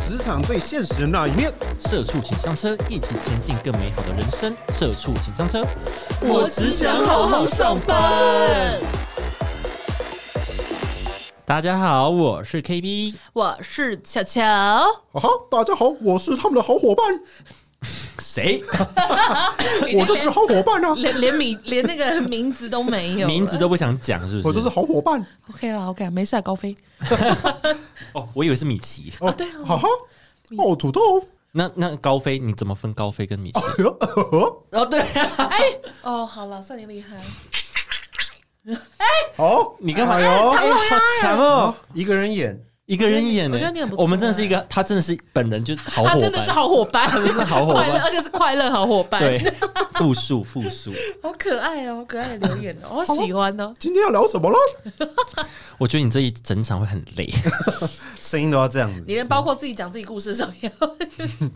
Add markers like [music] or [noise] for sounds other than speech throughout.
职场最现实的那一面。社畜请上车，一起前进更美好的人生。社畜请上车。我只想好好上班。大家好，我是 KB。我是 [laughs] 巧巧，啊哈，大家好，我是他们的好伙伴，谁？我就是好伙伴 [laughs] 啊，连连名连那个名字都没 [laughs] 有，名字都不想讲，是不是？我就是好伙伴。 OK 啦，OK 啦，没事啊，高飞。哦，我以为是米奇。哦，对啊哈哈，哦，土豆， [laughs] 哎那那高飞，你怎么分高飞跟米奇？哦，对，哎，哦，好了，算你厉害。好， [laughs] 你干嘛？哎呦哎好强哦！一个人演，一个人演呢、我觉得你很不错啊我们真的是一个，他真的是本人就是好伙他伴，真的是好伙伴，他真的是好伙快乐，伴。而且是快乐好伙伴。，对，复数复数，好可爱哦，好可爱的留言哦， [laughs] 好喜欢哦。今天要聊什么了？我觉得你这一整场会很累。声音都要这样子。你连包括自己讲自己故事的时候，也要 [laughs]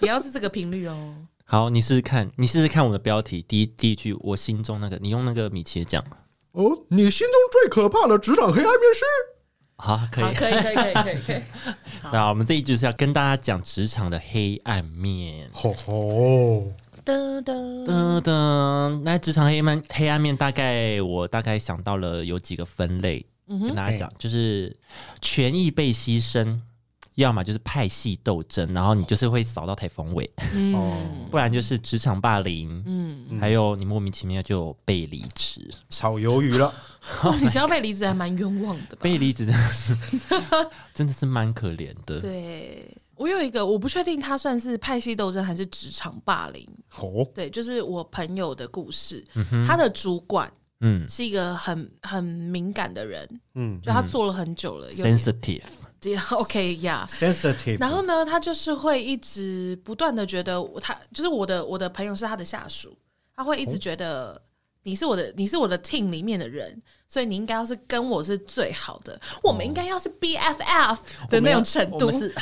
也要是这个频率哦。好，你试试看，你试试看我的标题，第一第一句，我心中那个，你用那个米奇的讲，哦，你心中最可怕的职场黑暗面是？好，可好，以。可以，可以，可以，可以，可以。那我们这一句是要跟大家讲职场的黑暗面。吼吼， [laughs] 噔 [laughs] 噔，噔噔，那职场黑暗面黑暗面大概我大概想到了有几个分类，嗯跟大家讲，就是权益被牺牲，要么就是派系斗争，然后你就是会扫到台风尾，哦，不然就是职场霸凌，嗯，还有你莫名其妙就被离职，炒鱿鱼了，哇你只要被离职还蛮冤枉的吧？被离职真的 [laughs] 是真的是蛮可怜的。对，我有一个，我不确定他算是派系斗争还是职场霸凌。吼，对，就是我朋友的故事，他的主管嗯是一个很很敏感的人，嗯就他做了很久了，有，sensitive，点 OK 呀、 ，sensitive，然后呢，他就是会一直不断的觉得我他就是我的我的朋友是他的下属，他会一哦直觉得你是我的你是我的 team 里面的人，所以你应该要是跟我是最好的，我们应该要是 BFF 的那种程哦我度们，是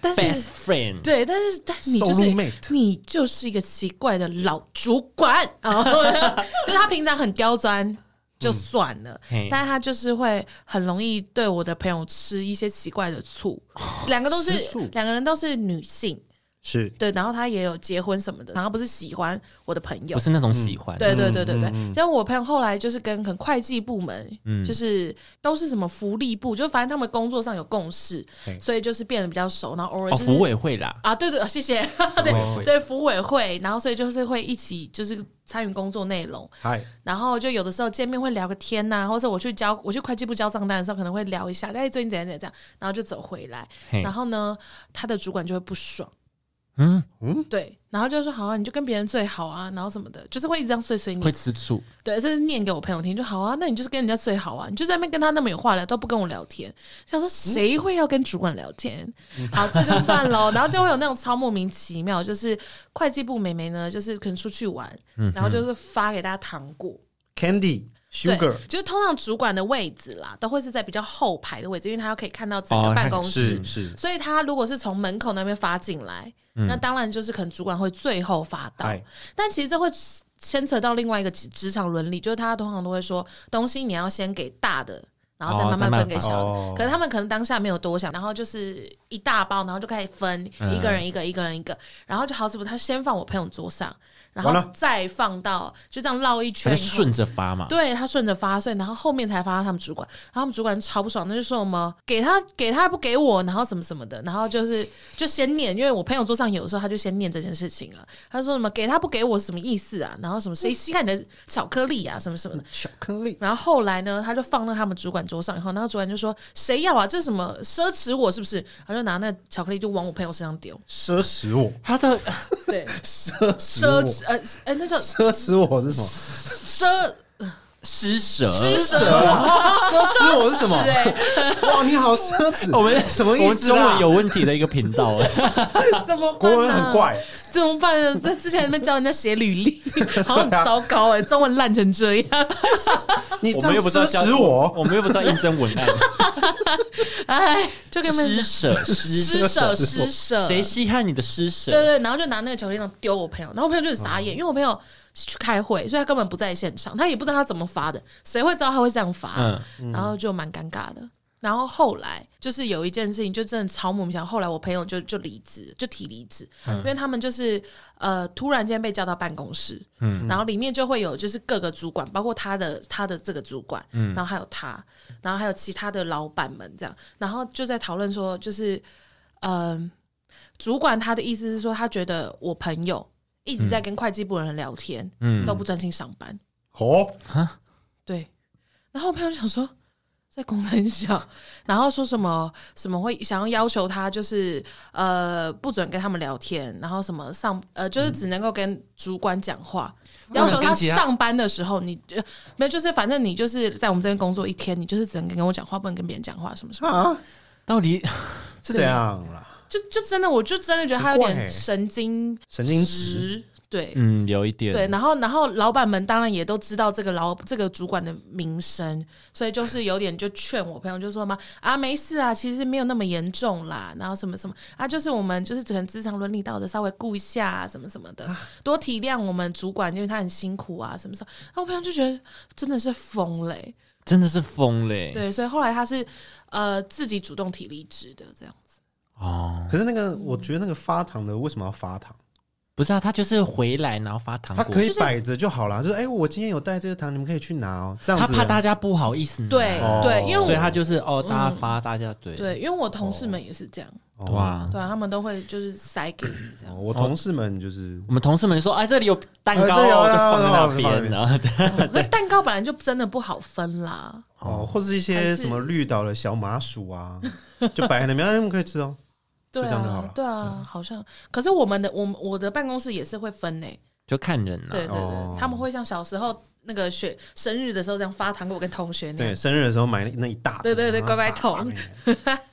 但 best 是。 friend，对，但是但你就是 Soulmate 你就是一个奇怪的老主管， [laughs] 然后呢就是他平常很刁钻。就算了，嘿但是他就是会很容易对我的朋友吃一些奇怪的醋，哦两个都是吃醋两个人都是女性，是对，然后他也有结婚什么的，然后不是喜欢我的朋友不，是那嗯种喜欢，嗯哦对对对对对，像我朋友后来就是跟可能会计部门，嗯就是都是什么福利部，就反正他们工作上有共识，所以就是变得比较熟，然后偶尔哦，就是服委会啦，啊，对对，谢谢，对会 [laughs] 对，服委会，然后所以就是会一起就是参与工作内容，嗨，然后就有的时候见面会聊个天呐、或者我去交我去会计部交账单的时候可能会聊一下，哎，最近怎样怎样怎样，然后就走回来，嘿然，后呢，他的主管就会不爽，嗯，对，然后就说好啊，你就跟别人最好啊，然后什么的，就是会一直这样碎碎会念，吃醋，对，甚至念给我朋友听，就好啊，那你就是跟人家最好啊，你就在那边跟他那么有话聊，都不跟我聊天，想说谁会要跟主管聊天？嗯好，这就算喽。然后就会有那种超莫名其妙，就是会计部妹妹呢，就是可能出去玩，嗯然后就是发给大家糖果。 ，Candy 对 Sugar，就是通常主管的位置啦，都会是在比较后排的位置，因为他可以看到整哦个他办公室。是是，所以他如果是从门口那边发进来，嗯那当然就是可能主管会最后发到哎。但其实这会牵扯到另外一个职职场伦理，就是大家通常都会说，东西你要先给大的。然后再哦慢再慢慢分给小的，哦可是他们可能当下没有多想，然后就是一大包，然后就开始分，嗯一个人一个，一个人一个，然后就好死不，他先放我朋友桌上，然后完了再放到就这样绕一他圈就以后，顺着发嘛，对他顺着发，所以然后后面才发到他们主管，然后他们主管超不爽，那就说什么给他给他不给我，然后什么什么的，然后就是就先念，因为我朋友桌上有的时候他就先念这件事情了，他说什么给他不给我是什么意思啊，然后什么谁稀罕你的巧克力啊，什么什么的。巧克力，然后后来呢，他就放到他们主管桌上以后，然后主管就说：“谁要啊？这是什么奢侈我是不是？”他就拿那巧克力就往我朋友身上丢。奢侈我，他的对，奢 [laughs] 奢侈我，侈呃哎，那叫奢侈我是什么？奢施舍，施 [laughs] 奢舍。侈我是什么？对， [laughs] 哇，你好奢侈！ [laughs] 我们什么啊我意们思中文啦？有问题的一个频道，怎么办、啊？国文很怪，怎么办呢？在之前那边教人家写履历， [laughs] 好像很糟糕哎、中文烂成这样，你我这们样又不知道奢教侈我， [laughs] 我们又不知道应征文 [laughs] 案，哎，就跟他们施讲舍，施 [laughs] 施舍施舍，谁稀罕你的施对对舍？对，然后就拿那个巧克力糖丢我朋友，然后我朋友就很傻眼，因为我朋友去开会，所以他根本不在现场，他也不知道他怎么发的，谁会知道他会这样发？嗯，然后就蛮尴尬的。然后后来就是有一件事情，就真的超莫名其妙。后来我朋友就就离职，就提离职，因为他们就是呃突然间被叫到办公室，嗯，然后里面就会有就是各个主管，包括他的他的这个主管，嗯，然后还有他，然后还有其他的老板们这样，然后就在讨论说，就是嗯、呃主管他的意思是说，他觉得我朋友一直在跟会计部的人聊天，嗯都不专心上班，哦，对，然后我朋友就想说在公山小，然后说什么什么会想要要求他就是呃不准跟他们聊天，然后什么上呃就是只能够跟主管讲话，嗯要求他跟其他上班的时候你呃没有就是反正你就是在我们这边工作一天，你就是只能跟我讲话，不能跟别人讲话什么什么，啊，到底 [laughs] 是这样啦，就就真的我就真的觉得他有很怪欸点神经神经质，质，对。嗯，有一点对，然后然后老板们当然也都知道这个老这个主管的名声，所以就是有点就劝我朋友就说嘛啊没事啊，其实没有那么严重啦，然后什么什么啊，就是我们就是可能职场伦理道德稍微顾一下、啊、什么什么的，多体谅我们主管，因为他很辛苦啊什么什么。然后我朋友就觉得真的是疯嘞、真的是疯嘞、对，所以后来他是呃自己主动提离职的这样子，哦，可是那个，我觉得那个发糖的为什么要发糖？不是啊，他就是回来然后发糖他果，可以就是摆着就好啦，就是哎、我今天有带这个糖，你们可以去拿哦。这样他子，怕大家不好意思拿，对、哦对，因为所以我他就是哦，大家发，大家对对，因为我同事们也是这样，哦对啊对、啊，他们都会就是塞给你这样哦。我同事们就是我们同事们就说：“哎，这里有蛋糕，哎这里有就啊放在那放在那边。”然后对可是蛋糕本来就真的不好分啦，哦，或是一些什么绿岛的小麻薯啊， [laughs] 就摆在那边，哎你们可以吃哦。对就这样就好了嗯啊，对啊，好像。可是我们的我们我的办公室也是会分诶、就看人啊了对对。对，哦他们会像小时候那个学生日的时候这样发糖果跟同学那对，样，生日的时候买那那一大桶对对对然后乖乖桶发发给你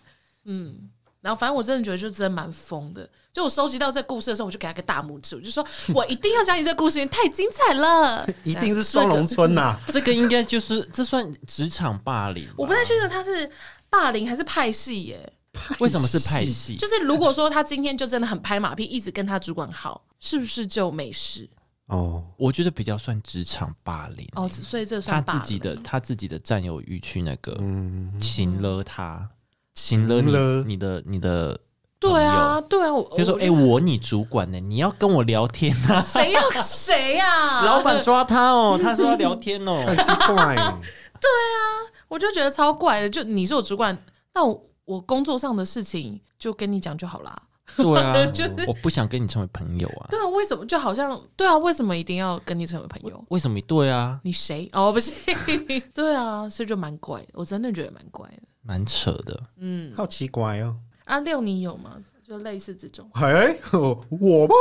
嗯。然后反正我真的觉得就真的蛮疯的，就我收集到这故事的时候，我就给他个大拇指，我就说我一定要讲你这故事，因为太精彩 [laughs] 了，一定是双龙村呐、这个应该就是这算职场霸凌吧。我不太确定他是霸凌还是派系耶、为什么是派系，就是如果说他今天就真的很拍马屁，一直跟他主管好，是不是就没事？哦，我觉得比较算职场霸凌。哦，所以这他算霸自己凌的他自己的占有欲去那个嗯，擒了他，擒了你擒了你的你的，对啊，对啊，我就说：“我哎，我你主管呢？你要跟我聊天啊 [laughs] 谁要谁！” [laughs] 呀？老板抓他哦，他说要聊天哦。 [laughs] 很奇怪，我就觉得超怪的。就你是我主管，那我我工作上的事情就跟你讲就好啦。对啊， [laughs] 就 [laughs] 是我不想跟你成为朋友啊。对啊，为什么就好像对啊？为什么一定要跟你成为朋友？为什么？对啊，你谁？哦，不是， [laughs] 对啊，所以就蛮怪的，我真的觉得蛮怪的。蛮扯的。嗯，好奇怪哦。阿六你有吗？就类似这种，哎、我我吗？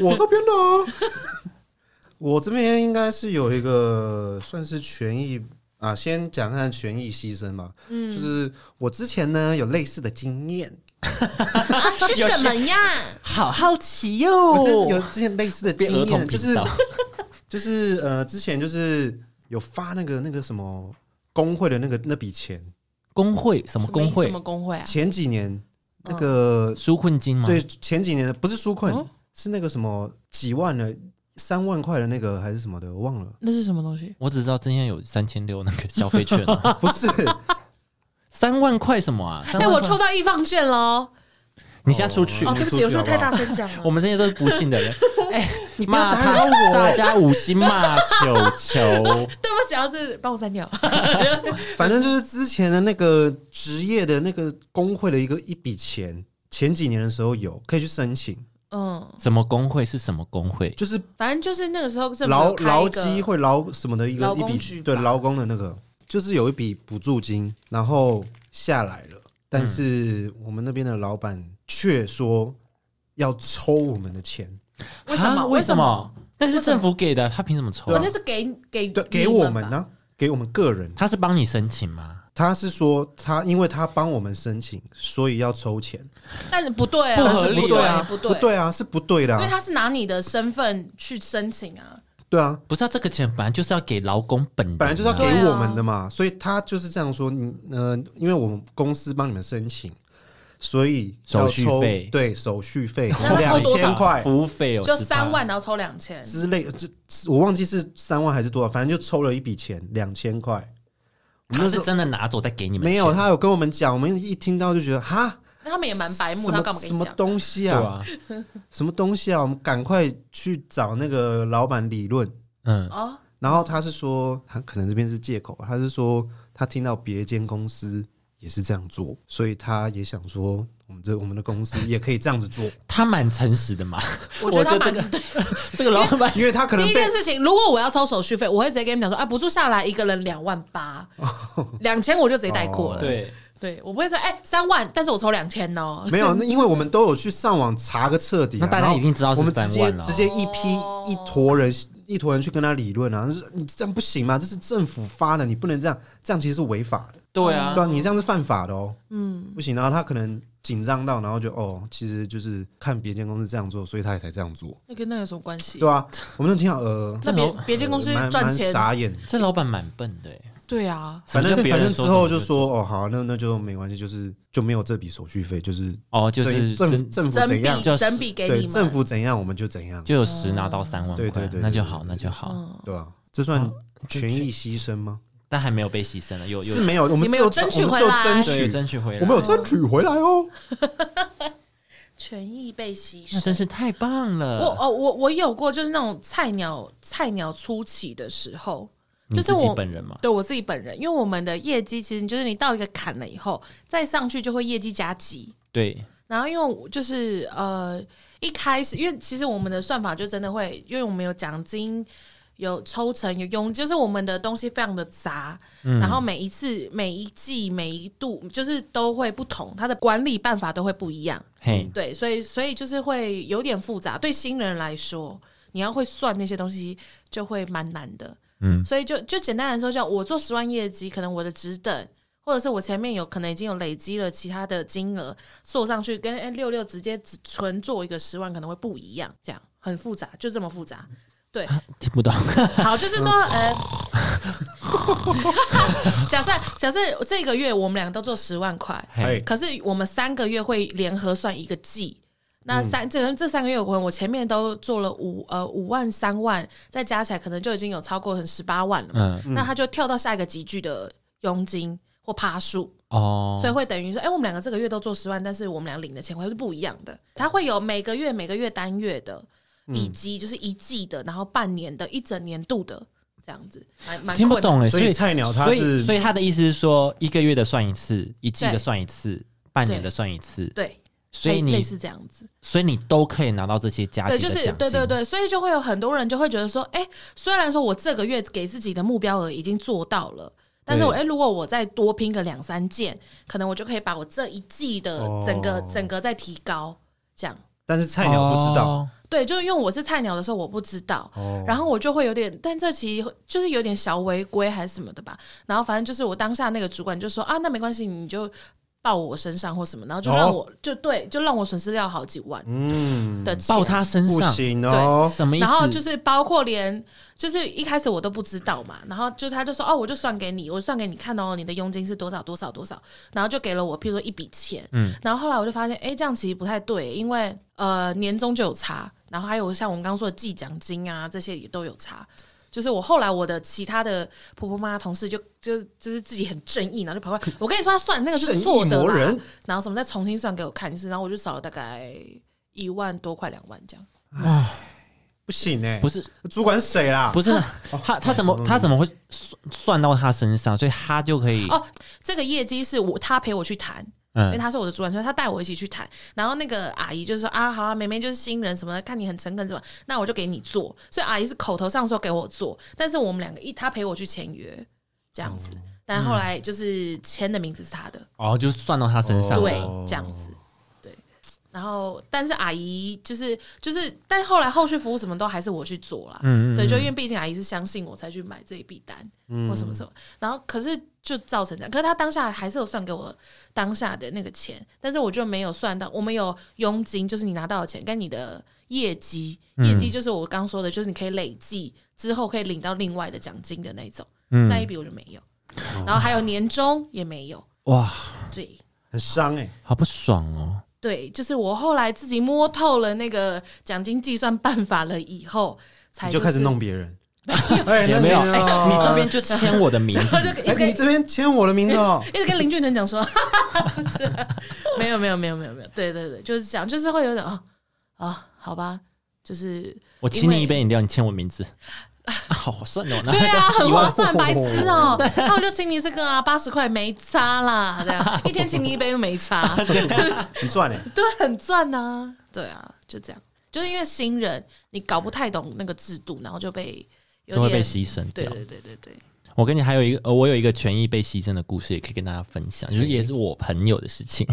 我这边呢？ [laughs] 我这边应该是有一个算是权益啊，先讲看权益牺牲吧。嗯，就是我之前呢有类似的经验， [laughs] 啊、是什么呀？好好奇我真哟的有之前类似的哦变儿经童验，就是频道，就是呃，之前就是有发那个那个什么工会的那个那笔钱，工会什么工什会么？工会啊？前几年那个、纾困金吗？对，前几年的不是纾困，哦嗯是那个什么几万的三万块的那个还是什么的，我忘了，那是什么东西？我只知道今天有三千六那个消费券啊、 [laughs] 不是三万块什么啊？三哎、万我块抽到易放券喽！你现在出去。哦，你对不出起，去我是不是太好不大好声讲了？我们这些都是不幸的 [laughs] 人，哎、你不要骂打他，大家五星骂球球，对不起，要是帮我删掉。反正就是之前的那个职业的那个工会的一个一笔钱，前几年的时候有可以去申请，嗯，什么工会是什么工会？就是反正就是那个时候政府劳有开一个劳基会劳什么的一个劳一工笔局对吧劳工的那个，就是有一笔补助金，然后下来了，但是我们那边的老板却说要抽我们的钱，为什么啊为为什什么么？那是政府给的，他凭什么抽我啊？哦这是给给对，你给我们吧呢、给我们个人，他是帮你申请吗？他是说他因为他帮我们申请，所以要抽钱，但是不对啊，不合理不对啊不对不，对啊，是不对的、因为啊，他是拿你的身份去申请啊，对啊，不是、啊，这个钱本来就是要给劳工本人、啊，本来就是要给对啊我们的嘛，所以他就是这样说，你呃，因为我们公司帮你们申请，所以要手续抽费对手续费啊那要两抽多千少块服务费哦，就10%三万，然后抽两千，之类，这我忘记是三万还是多少，反正就抽了一笔钱两千块，他是真的拿走再给你们钱，没有，他有跟我们讲，我们一听到就觉得哈，那他们也蛮白目，什他么干嘛跟什你么讲？东西对啊，啊，什么东西啊，我们赶快去找那个老板理论。嗯，哦，然后他是说，他可能这边是借口，啊他是说他听到别间公司也是这样做，所以他也想说，我们这我们的公司也可以这样子 [laughs] 做，他蛮诚实 [laughs] 的嘛。我觉得这他蛮个这个老板因为他可能第一被件事情，如果我要收手续费，我会直接跟你们讲说，啊，补助下来一个人两万 [laughs] 八，两千我就直接带过了。哦对对，我不会说，哎、三万，但是我抽两千哦。没有，那因为我们都有去上网查个彻底啊、那大家然后一定知道是我们直三接万了啊直接一批哦一坨人一坨人去跟他理论啊，就是你这样不行嘛，这是政府发的，你不能这样，这样其实是违法的，对对啊，吧、你这样是犯法的哦，嗯，不行。然后他可能紧张到，然后就哦，其实就是看别间公司这样做，所以他也才这样做，那跟那有什么关系？对吧、啊我们就听到呃，那别别间公司呃蛮赚蛮钱，傻眼的。这老板蛮笨的欸，对啊，反正什么叫别反人正之说后什就么说哦好，那那就没关系，就是就没有这笔手续费，就是哦，就是政真政府整怎样笔就是整笔给对你政们。府怎样我们就怎样，就有十拿到三万嗯对块对对，那就对好，对那就好，嗯，对吧、这算好权益牺牲吗？但还没有被牺牲了，有有是没有，我们你们是有有争取我们回来是对有有争取，争取回来，我们有争取回来哦。权益被牺那牲。真是太棒我了。哦，我我有过，就是那种菜鸟菜鸟初期的时候，你就是自己我本人嘛，对我自己本人，因为我们的业绩其实就是你到一个坎了以后，再上去就会业绩加急。对，然后因为我就是呃一开始，因为其实我们的算法就真的会，因为我们有奖金。有抽成，有佣，就是我们的东西非常的杂，嗯然后每一次、每一季、每一度，就是都会不同，它的管理办法都会不一样。嘿，对，所以所以就是会有点复杂。对新人来说，你要会算那些东西就会蛮难的。嗯，所以就就简单来说，叫我做十万业绩，可能我的职等，或者是我前面有可能已经有累积了其他的金额，做上去跟哎六六直接只纯做一个十万可能会不一样，这样很复杂，就这么复杂。对，听不 [laughs] 懂，好，就是说，呃， [laughs] 假设假设这个月我们两个都做十万块，嘿，可是我们三个月会联合算一个季。嗯那三这这三个月，我我前面都做了五呃五万三万，再加起来可能就已经有超过很十八万了嘛。嗯，那他就跳到下一个集聚的佣金或趴数，哦，所以会等于说，哎、我们两个这个月都做十万，但是我们俩领的钱会是不一样的。它会有每个月每个月单月的，嗯以及就是一季的，然后半年的、一整年度的这样子，蛮蛮听不困难懂哎，所所以以菜鸟它所以是所以他的意思是说，一个月的算一次，一季对的算一次，半年的算一次，对，所以类类你似这样子。所以你都可以拿到这些加对，级就的奖是金，对对对，所以就会有很多人就会觉得说，哎、虽然说我这个月给自己的目标额已经做到了。但是我哎、对诶如果我再多拼个两三件，可能我就可以把我这一季的整个、哦整个再提高，这样。但是菜鸟不知道哦，对，就是因为我是菜鸟的时候我不知道，哦，然后我就会有点，但这期就是有点小违规还是什么的吧。然后反正就是我当下那个主管就说啊，那没关系，你就报我身上或什么，然后就让哦我、就对，就让我损失掉好几万嗯，的钱。报他身不上，行哦，什么意思？然后就是包括连，就是一开始我都不知道嘛，然后就他就说哦，我就算给你，我算给你看哦，你的佣金是多少多少多少，然后就给了我，譬如说一笔钱，嗯然后后来我就发现，哎，这样其实不太对，因为呃年终就有差，然后还有像我们刚刚说的记奖金啊这些也都有差。就是我后来我的其他的婆婆妈妈同事就就就是自己很正义，然后就跑过来，我跟你说他算那个是正错义的魔啦人，然后什么再重新算给我看，就是然后我就少了大概一万多块两万这样。不行哎，不是主管是谁啦？不是哦他他怎么他怎么会算算到他身上，所以他就可以哦哎这个业绩是我他陪我去谈，因为嗯他是我的主管，所以他带我一起去谈。然后那个阿姨就说啊，好啊，妹妹就是新人什么的，看你很诚恳什么，那我就给你做。所以阿姨是口头上说给我做，但是我们两个一他陪我去签约这样子，但后来就是签的名字是他的，哦就算到他身上对了，，这样子。对，然后，但是阿姨就是就是，但后来后续服务什么都还是我去做啦。嗯嗯嗯对，就因为毕竟阿姨是相信我才去买这一笔单，或什么什么。然后可是就造成这样，可是他当下还是有算给我当下的那个钱，但是我就没有算到，我们有佣金，就是你拿到的钱跟你的业绩，嗯业绩就是我刚说的，就是你可以累计之后可以领到另外的奖金的那种，那一嗯笔我就没有。然后还有年终也没有，哇对。很伤哎，好不爽哦，对，就是我后来自己摸透了那个奖金计算办法了以后，才、你哎就就开始是 [laughs] 弄别人，哎，那也没有，你呢哎，你这边就签我的名 [laughs] 字他，就一哎直跟你这边签我的名字 [laughs] 哦。一直跟林俊成讲说， [laughs] 哈哈哈不是，没有没有没有没有没有，对对对，就是这样，就是会有点啊啊，好吧，就是我请你一杯饮料，你签我名字，啊好划算哦，那对 [laughs] 啊，很划算，哦白 [laughs] 痴哦、那我就请你这个啊，八十块没差啦，这样一天请你一杯又 [laughs] 没差，很赚哎、对，很赚呐、对啊，就这样，就是因为新人你搞不太懂那个制度，然后就被有就会点被牺牲对掉。对对对对，我跟你还有一个，呃，我有一个权益被牺牲的故事，也可以跟大家分享，就是也是我朋友的事 [laughs] 情。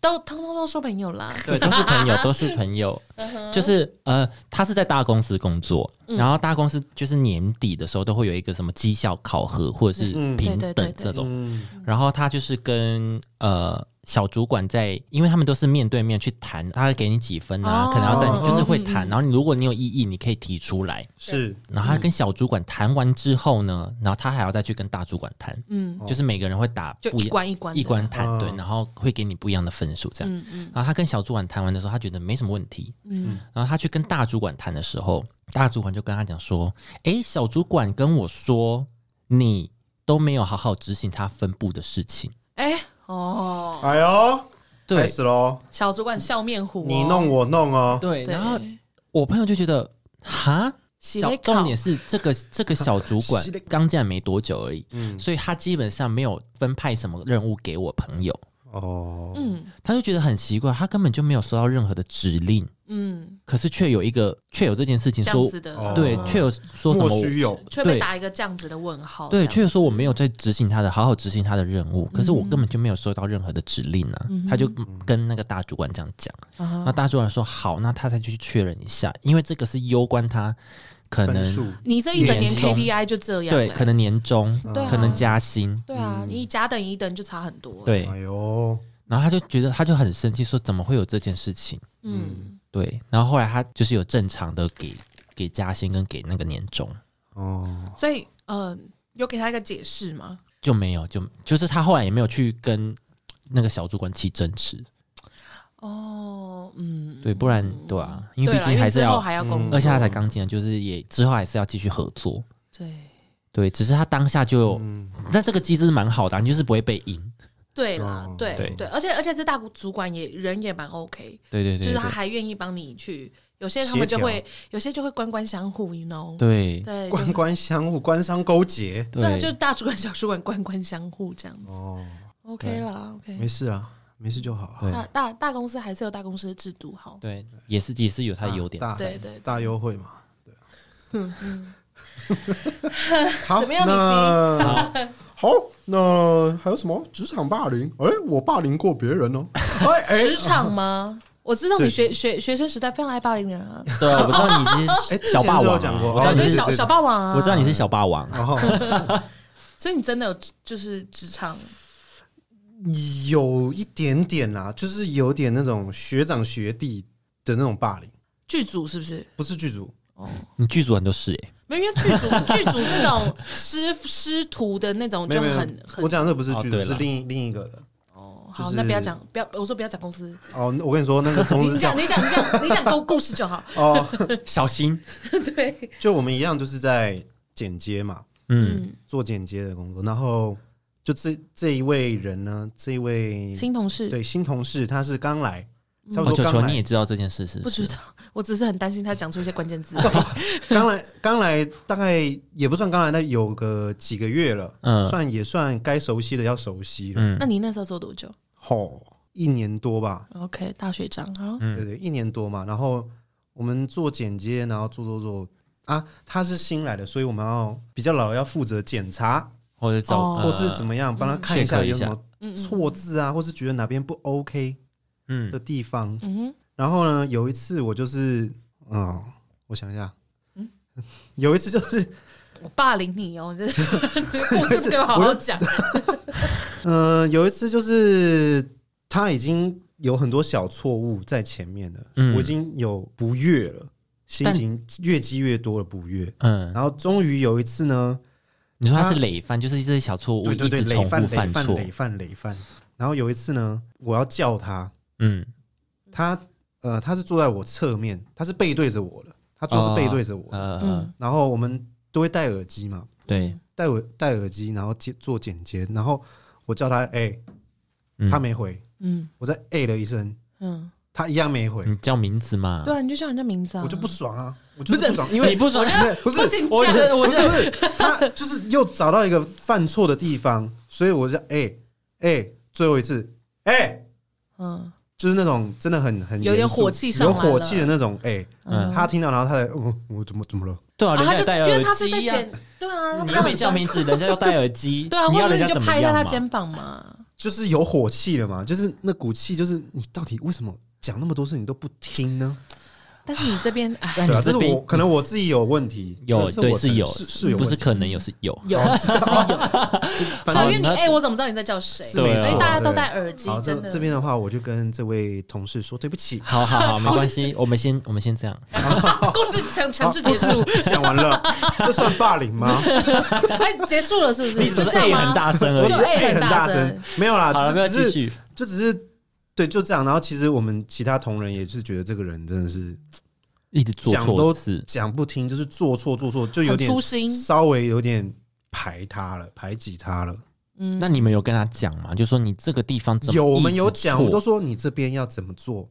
都通通都说朋友啦，对，都是朋 [laughs] 友，都是朋友。嗯就是呃，他是在大公司工作，然后大公司就是年底的时候都会有一个什么绩效考核或者是嗯平对对对等对这种，嗯，然后他就是跟呃小主管在，因为他们都是面对面去谈，他会给你几分啊，哦可能要在哦就是会嗯嗯谈，然后你如果你有异议，你可以提出来。是然后他跟小主管谈完之后呢，然后他还要再去跟大主管谈，嗯，就是每个人会打就不一样关一关的一关，谈，对哦，然后会给你不一样的分数这样。嗯嗯然后他跟小主管谈完的时候，他觉得没什么问题。嗯，然后他去跟大主管谈的时候，大主管就跟他讲说：“诶，小主管跟我说，你都没有好好执行他分布的事情。哎、哦，哎呦，开对始喽，小主管笑面虎哦、你弄我弄哦，对对，然后我朋友就觉得，哈，洗小内考重点是这个这个小主 [laughs] 管洗内刚进来没多久而已，嗯，所以他基本上没有分派什么任务给我朋友，哦，嗯他就觉得很奇怪，他根本就没有收到任何的指令，嗯，可是却有一个却有这件事情这样说子，的，哦对，却有说什莫么须有，却被对打一个这样子的嗯问号。对，这样确实说我没有在执行他的，好好执行他的任务，可是我根本就没有收到任何的指令啊。嗯他就跟那个大主管这样讲，啊哈那大主管说好，那他再去确认一下，因为这个是攸关他可分数能你这一整年年终 KPI 就这样了，对，可能年终，对啊可能加薪，对啊，你甲等乙等就差很多。，对。哎呦，然后他就觉得他就很生气，说怎么会有这件事情？嗯，对，然后后来他就是有正常的给给加薪跟给那个年终。哦，所以呃，有给他一个解释吗？就没有，就就是他后来也没有去跟那个小主管起争执，哦，嗯，对，不然对啊，因为对毕啦竟还是因为之后要，嗯还要工作，而且嗯他才刚进来，就是也之后还是要继续合作，对对，只是他当下就有，嗯，那这个机制蛮好的啊、你就是不会被赢，对啦哦，对对对，而且而且这大主管也人也蛮 OK，对对就对是对他还愿意帮你去，有些他们就会，有些就会官官相护，you know，对对，啊官官相护，官商勾结，对啊，对就是对大主管小主管官官相护这样子哦， ，OK 啦，OK，没事啊，没事就好啊，大大大公司还是有大公司的制度好。对，也是也是有他的优点，大对对大优惠嘛，对啊， [laughs] 好，怎么样那好，那还有什么职场霸凌？哎，我霸凌过别人哦，哎哎职 [laughs] 场吗？我知道对你学学学生时代非常爱霸凌人啊，对啊，我知道你 [laughs] 哎是小霸王啊，之前是有讲过我知道哦你就对是小小霸王啊，我知道你是小霸王，然后。所以你真的有职就是职场有一点点啦、就是有点那种学长学弟的那种霸凌，剧组是不是？不是剧组，哦，你剧组很多事哎，没有，因为剧组剧组这种 [laughs] 师师徒的那种没就有没有很，我很讲的这不是剧哦组，对是啦另一另一个的。哦。就是好，那不要讲，不要我说不要讲公司，哦，那我跟你说，那个 [laughs] 公你 [laughs] 司叫讲你讲你讲你讲故故事 [laughs] 就好。哦，小心，对，就我们一样，就是在剪接嘛，嗯，嗯，做剪接的工作。然后就这这一位人呢，这一位新嗯同事对新同事，他是刚来，差我不多球球刚哦你也来，知道这件事是不是知？道，我只是很担心他讲出一些关 [laughs] 键字。刚来刚来，大概也不算刚来，那有个几个月了，嗯算也算该熟悉的要熟悉了。嗯那你那时候做多久吼，一年多吧， ？OK，大学长，好，嗯对对，一年多嘛。然后我们做剪接，然后做做做啊，他是新来的，所以我们要比较老要负责检查，或者找哦或是怎么样，帮他看一下 check 一有什下么嗯嗯错字啊，或是觉得哪边不 OK 嗯的地方。嗯哼，然后呢，有一次我就是，嗯，我想一下， [laughs] 有一次就是，我霸凌你哦，这 [laughs] 故事 [laughs] 不给我好好讲。嗯、有一次就是他已经有很多小错误在前面了，嗯我已经有不悦了，心但情越积越多了不悦。嗯，然后终于有一次呢，你说他他是累犯，就是这些小错误对一对对，直累重犯复累犯错累。犯累犯。然后有一次呢，我要叫他，嗯他呃他是坐在我侧面，他是背对着我的，他桌是背对着我，呃，嗯然后我们都会戴耳机嘛，对，戴耳戴耳机，然后接做剪接，然后我叫他哎、嗯他没回，嗯我再哎了一声，嗯，他一样没回，你叫名字嘛？对啊，你就叫人家名字啊，我就不爽啊，我就是不是不爽，因为你不爽不是 [laughs] 不是不行，我这觉样得，我不觉是不得，是，他就是又找到一个犯错的地方，所以我就哎哎、最后一次哎、嗯就是那种真的很很有点严肃火气上有来了火气的那种哎、嗯他听到然后他才嗯我怎么怎么了？对啊，啊，人他家就有戴因为他耳是在机呀，剪，对啊，他你不又是没很叫专名字，人家要戴耳机，对啊，你或要者人你家就怎么拍一下样他嘛？肩膀嘛，就是有火气了嘛，就是那股气，就是你到底为什么讲那么多事你都不听呢？但是你这边哎，但对啊，你这是边我可能我自己有问题，有这对我是承有是是有不问是题，可能有是有，有是有，反对，因为正你那哎，我怎么知道你在叫谁？对啊所以大家都戴耳机好，，这真的这边的话，我就跟这位同事说对不起，好好好，没关系，我们先我们先这样，故事强强制结束，讲完 [laughs] 了，这算霸凌吗？哎，结束了是不是？只是是这样 A 吗？很大声而我已只就是是 A 很很大大声声，没有啦，好了，不只要只继是续。就只是对，就这样。然后其实我们其他同仁也是觉得这个人真的是一直做讲错都事，讲不听，就是做错做错，就有点很粗心稍微有点排他了，排挤他了。嗯那你们有跟他讲吗？就说你这个地方怎么有我们一直有讲，我错们都说你这边要怎么做，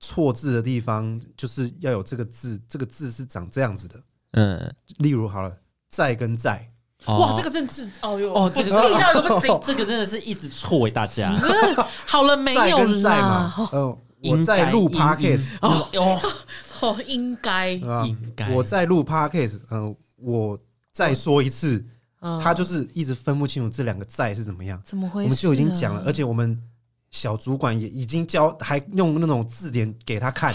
错字的地方就是要有这个字，这个字是长这样子的。嗯，例如好了，在跟在，哇，这个个政治，哦哟，哦我这个气到都不哦行。这个真的是一直错哎，大嗯家好了没在有跟在啦嘛？，嗯，我应在该录应 podcast，哦哦，哦，应该，啊应该我在录 podcast，嗯、我再说一次，嗯他就是一直分不清楚这两个在是怎么样。怎么我回事啊？们就已经讲了，而且我们小主管也已经教，还用那种字典给他 [laughs] 看，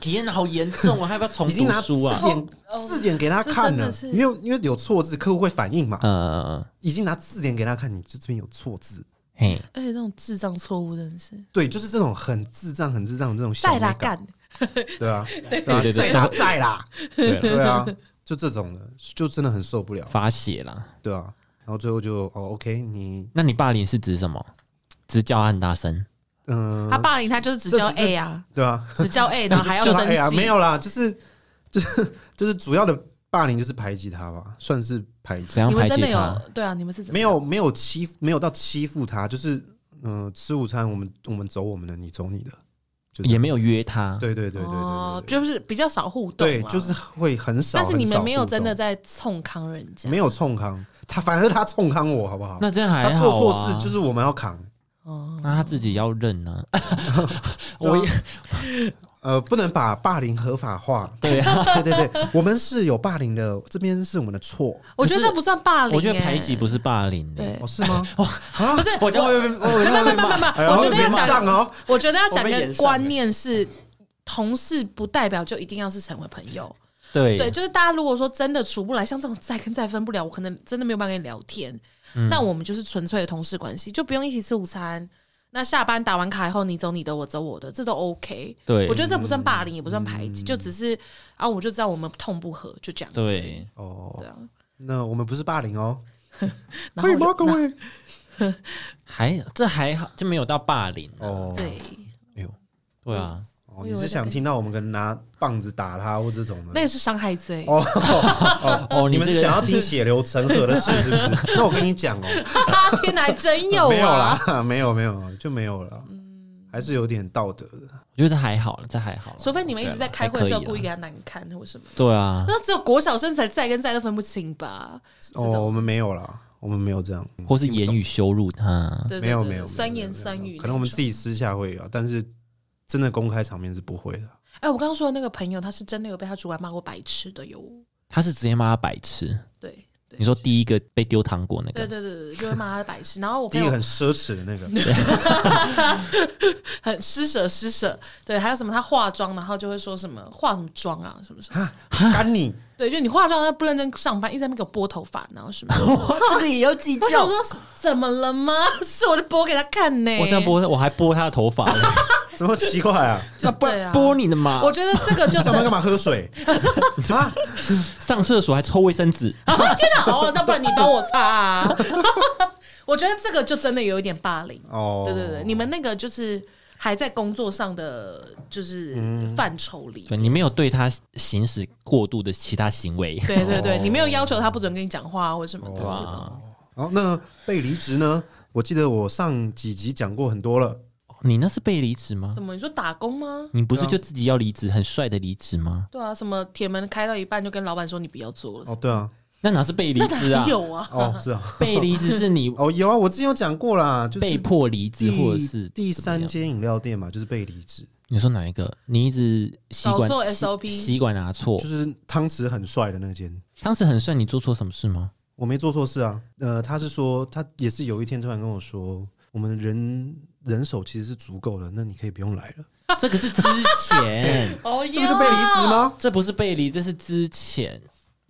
体验好严重啊，还要不要 [laughs] 重已经读拿字书啊？典哦字典给他看了这，真的是嗯因为因为有错字，客户会反应嘛，呃，已经拿字典给他看，你这这边有错字。嘿，而哎且这种智障错误真的是对，就是这种很智障、很智障的这种小再美啦感，干，对啊，对对对在啦，在 [laughs] 啦，对了， [laughs] 对啊，就这种的，就真的很受不了，发泄啦。对啊。然后最后就哦，OK，你那你霸凌是指什么？只叫他很大声，嗯、他霸凌他就是只教这只是 A 啊，对啊，只教 A，然后还要就生是哎呀，气，没有啦，就是就是就是主要的霸凌就是排挤他吧，算是排挤怎，样你排们真的解他？有对啊？你们是怎么没有没有欺没有到欺负他，就是嗯、呃吃午餐我们我们走我们的，你走你的，就也没有有约他，对对对对对哦，对就是比较少互动啊对，对啦，就是会很少，但是你很们少没有互动真的在啊冲康人家，没有冲康他，反而是他冲康我好不好？那这样还他好做啊。错事就是我们要扛，哦，那他自己要认啊。 [laughs] 我也呃，不能把霸凌合法化。 [laughs] 对啊，对对对，我们是有霸凌的，这边是我们的错。我觉得这不算霸凌欸，我觉得排挤不是霸凌欸的。对哦，，是吗？不是我就会被，我没就会有被没有没有骂。没哎有，呦我觉得要连上讲，哦，我觉得要我讲被一延个上观念是，同事不代表就一定要是成为朋友。对对，就是大家如果说真的处不来，像这种再跟再分不了，我可能真的没有办法跟你聊天。嗯那我们就是纯粹的同事关系，就不用一起吃午餐。那下班打完卡以后，你走你的，我走我的，这都 OK。对嗯我觉得这不算霸凌，也不算排挤，就只是啊，我就知道我们痛不合，就这样子。对，哦对，啊，那我们不是霸凌哦，然后我就那位？还这还好，就没有到霸凌。哦，对，哎呦，对啊，哦，你是想听到我们可能拿棒子打他或这种的？那个是伤害罪。哦哦哦，你你们这是想个要听血流成河的事是不 [laughs] 是？那我跟你讲哦， [laughs] 哈哈天哪，还真 [laughs] 有没有啊！嗯啦，没有没有就没有了，还是有点道德的。我觉得还好了，这还好了。除非你们一直啊在开会的时候故意给他难堪或什么。对啊，那只有国小生才在跟在都分不清吧？这哦，种我们没有啦，我们没有这样，或是言语羞辱嗯他。对对没有对没有酸言没有酸没有语，可能我们自。己私下会有啊，但是真的公开场面是不会的。哎，我刚刚说的那个朋友，他是真的有被他主管骂过白痴的哟。他是直接骂他白痴。对对你说第一个被丢糖果那对 [laughs] 个，对对对，就会骂他白痴。然后我第一个朋友很奢侈的 [laughs] 那个，很施舍施舍，对，还有什么他化妆，然后就会说什么化什么妆啊，什么什么。哈，干你对，就你化妆，他不认真上班，一直在那边给我拨头发，然后什么。 [laughs] 这个也要计我想说怎么了吗？ [laughs] 是我就拨给他看呢。我这样，拨，我还拨他的头发嘞，怎么奇怪啊？那不对啊拨你的嘛我？觉得这个就你是上班干嘛喝 [laughs] 水啊？上厕所还抽卫生纸，啊！天哪！哦，那不然你帮我擦 [laughs] 啊！我觉得这个就真的有一点霸凌。哦，对对对，你们那个就是还在工作上的就是嗯范畴里。对你没有对他行使过度的其他行为，对对哦对，你没有要求他不准跟你讲话或什么的对这种。吧？好，那被离职呢？我记得我上几集讲过很多了，你那是被离职吗什？么？你说打工吗？你不是就自己要离职，很帅的离职吗？对啊，什么铁门开到一半就跟老板说你不要做了，哦，对啊，那哪是被离那职啊哪？有啊？哦，是啊，被离职是你哦，有啊，我之前有讲过啦，就是被迫离职，第或者是第怎么三样间饮料店嘛，就是被离职，你说哪一个？你一直吸管搞错吸 SOP 吸管拿错就。是汤匙很帅的那间。当时很帅，你做错什么 [laughs] 事吗？我没做错事啊，呃，他是说他也是有一天突然跟我说，我们人人手其实是足够的，那你可以不用来了。这个是之 [laughs] 前，哦， [laughs] 这不是被离职？吗？这不是背离，这是之前。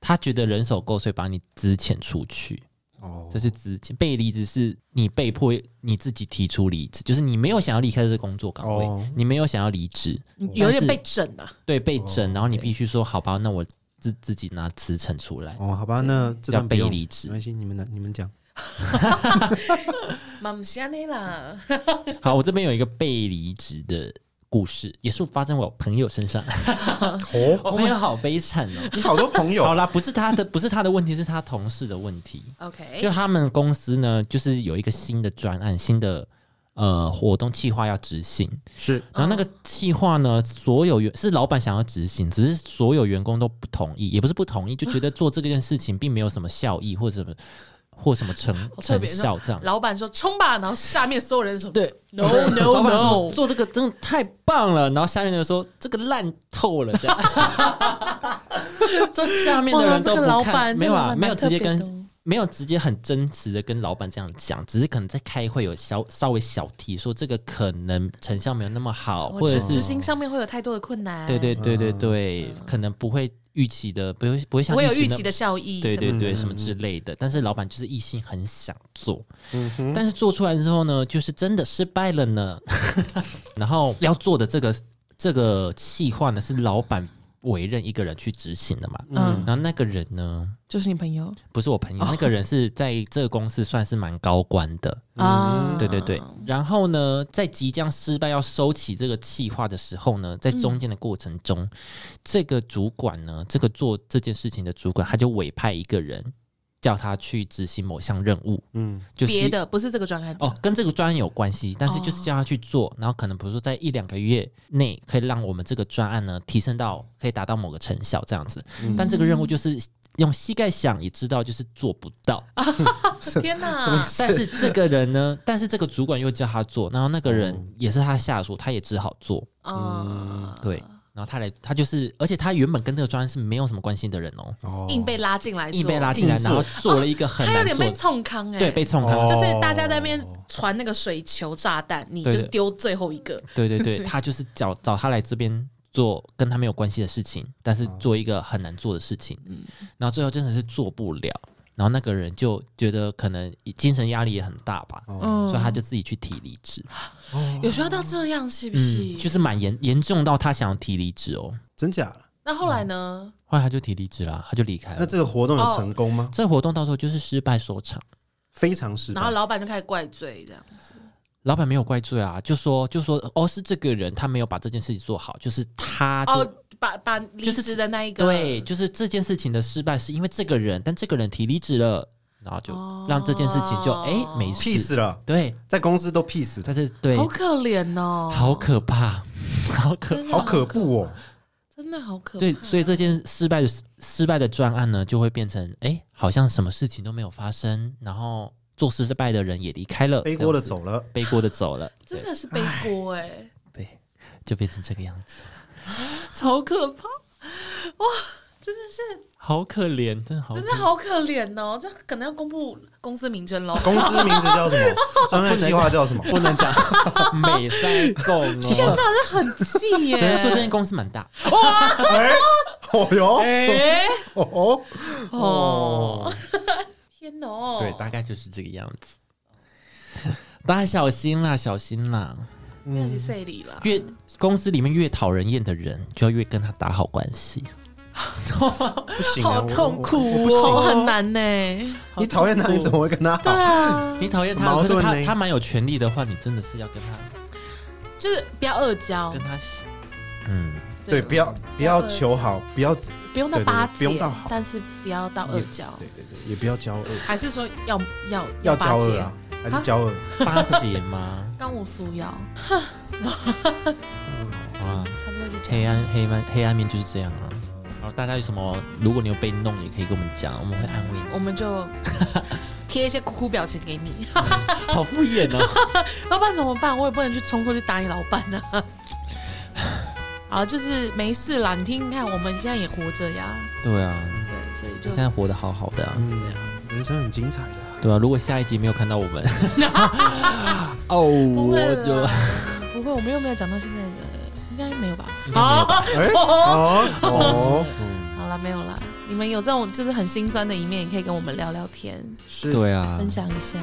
他觉得人手够，所以把你之前出去，哦啊这，是之前被离职是你被迫你自己提出离职，就是你没有想要离开这个工作岗位，哦你没有想要离职，有点被整啊！对被整，哦然后你必须说好吧，那我自自己拿辞呈出来，哦，好吧，那这叫段不被用离没职。关系，你们来，你们讲。妈妈安内啦，好，我这边有一个被离职的故事，也是发生我朋友身上。哦， [laughs] 我朋友好悲惨 [laughs] 哦。你好多朋友 [laughs] 好啦，不是他的，不是他的问题，是他同事的问题。就 OK，他们公司呢，就是有一个新的专案，新的呃活动计划要执行。是然后那个计划呢，所有员是老板想要执行，只是所有员工都不同意，也不是不同意，就觉得做这件事情并没有什么效益或者什么或什么成哦特成别效这样。老板说冲吧，然后下面所有人说对 [laughs] No 老 No 板说 No，做这个真的太棒了，然后下面的人说这个烂透了， [laughs] 这样，就下面的人都哇这个不老看，板没有这个老啊，板没有直接特别的哦跟，没有直接很真实的跟老板这样讲，只是可能在开会有稍稍微小提说这个可能成效没有那么好，我或者执执是行上面会有太多的困难，对对，对对对，可能不会预期的，不会不会像我有那预期的效益，对对什么对，嗯嗯什么之类的。但是老板就是一心很想做，但是做出来之后呢，就是真的失败了呢。 [laughs] 然后要做的这个这个企划呢，是老板委任一个人去执行的嘛。嗯然后那个人呢，就是你朋友不是我朋友，那个人是在这个公司算是蛮高官的。啊，嗯对对对，然后呢，在即将失败要收起这个企划的时候呢，在嗯中间的过程中，这个主管呢，这个做这件事情的主管，他就委派一个人，叫他去执行某项任务，嗯，就是别的不是这个专案哦，跟这个专案有关系，但是哦就是叫他去做，然后可能比如说在一两个月内，可以让我们这个专案呢提升到可以达到某个成效这样子，嗯但这个任务就是用膝盖想也知道，就是做不到。天 [laughs] 哪，但是这个人呢， [laughs] 但是这个主管又叫他做，然后那个哦人也是他下属，他也只好做。啊，嗯对，然后他来，他就是，而且他原本跟这个专案是没有什么关系的人哦，哦，硬被拉进来做，硬被拉进来，硬做然后做了一个很他有难点做被的，冲康哎，对，被冲康，哦就是大家在那边传那个水球炸弹，你就对是丢最后一个，对对 [laughs] 对，他就是找找他来这边做跟他没有关系的事情，但是做一个很难做的事情，哦嗯然后最后真的是做不了，然后那个人就觉得可能精神压力也很大吧，嗯所以他就自己去提离职，有需要到这样是不是？嗯，就是蛮严严重到他想要提离职哦。真假了？那后来呢？后来他就提离职啦，他就离开那了。这个活动有成功吗？这个活动到时候就是失败收场，非常嗯失败然后。老板就开始怪罪这样子，老板没有怪罪啊，就说就说哦是这个人他没有把这件事情做好，就是他啊就、哦，把把离就是职的那一个，对，就是这件事情的失败是因为这个人，但这个人提离职了，然后就让这件事情就哦哎、没事 peace 了，对，在公司都 peace 他了，是对，好可怜哦，好可怕， [laughs] 好可真的好可怖哦！真的好可怕对，所以这件失败的失败的专案呢，就会变成哎、好像什么事情都没有发生，然后做失败的人也离开了，背锅的这样子走了，背锅的走了，对真的是背锅哎，对，就变成这个样子，超可怕，好可怜，真的好可真的好可怜哦，这可能要公布公司 [laughs] 名称喽。公司名字叫什么？专案计划叫什么？不能讲 [laughs] 美在共天哦。哪，这很气 [laughs] 耶！只能说这间公司蛮大，哎，哦哟，哎哦哦，哦，天哪！对，大概就是这个样子。大家小心啦，小心啦！嗯那是谁理了？越公司里面越讨人厌的人，就要越跟他打好关系。不行啊，好我痛苦我我不哦，行。啊很难呢。你讨厌他，你怎么会跟他对好？啊，你讨厌很他，矛可盾是呢他他蛮有权利的话，你真的是要跟他就是不要恶交跟，他，嗯，对，不要不要求好，不要对不用到对对巴不结用到好，但是不要到恶交，对对，也不要骄傲，还是说要要要巴骄结傲啊，还是骄傲，巴结吗？刚我苏瑶，哇，哦差不多就这黑样。暗黑暗黑暗面就是这样啊。然后大概有什么，如果你有被弄，也可以跟我们讲，我们会安慰你。我 [laughs] 们就贴一些哭哭表情给你， [laughs] 好敷衍哦。老板怎么办？我也不能去冲过去打你老板 [laughs] 啊。好，就是没事啦，你听听看，我们现在也活着呀，对啊，对，所以就现在活得好好的、啊。嗯，人生很精彩的啊，对啊，如果下一集没有看到 [laughs] 我们，哦，不会我啦就 [laughs] 不会，我们又没有讲到现在的，应该没有吧？应该没有吧 [laughs] 哎好，哎，哦哦，嗯 [laughs] 好了，没有啦。你们有这种就是很心酸的一面，也可以跟我们聊聊天，是，对啊，分享一下，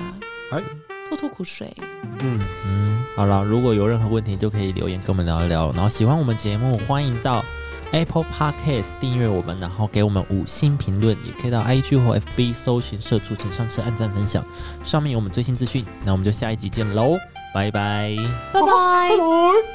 哎，吐吐苦水。嗯，嗯，好了，如果有任何问题就可以留言跟我们聊一聊。然后喜欢我们节目，欢迎到 Apple Podcast 订阅我们，然后给我们五星评论，也可以到 IG 或 FB 搜寻“社畜请上车”，按赞分享。上面有我们最新资讯，那我们就下一集见喽，拜拜。拜拜。拜拜。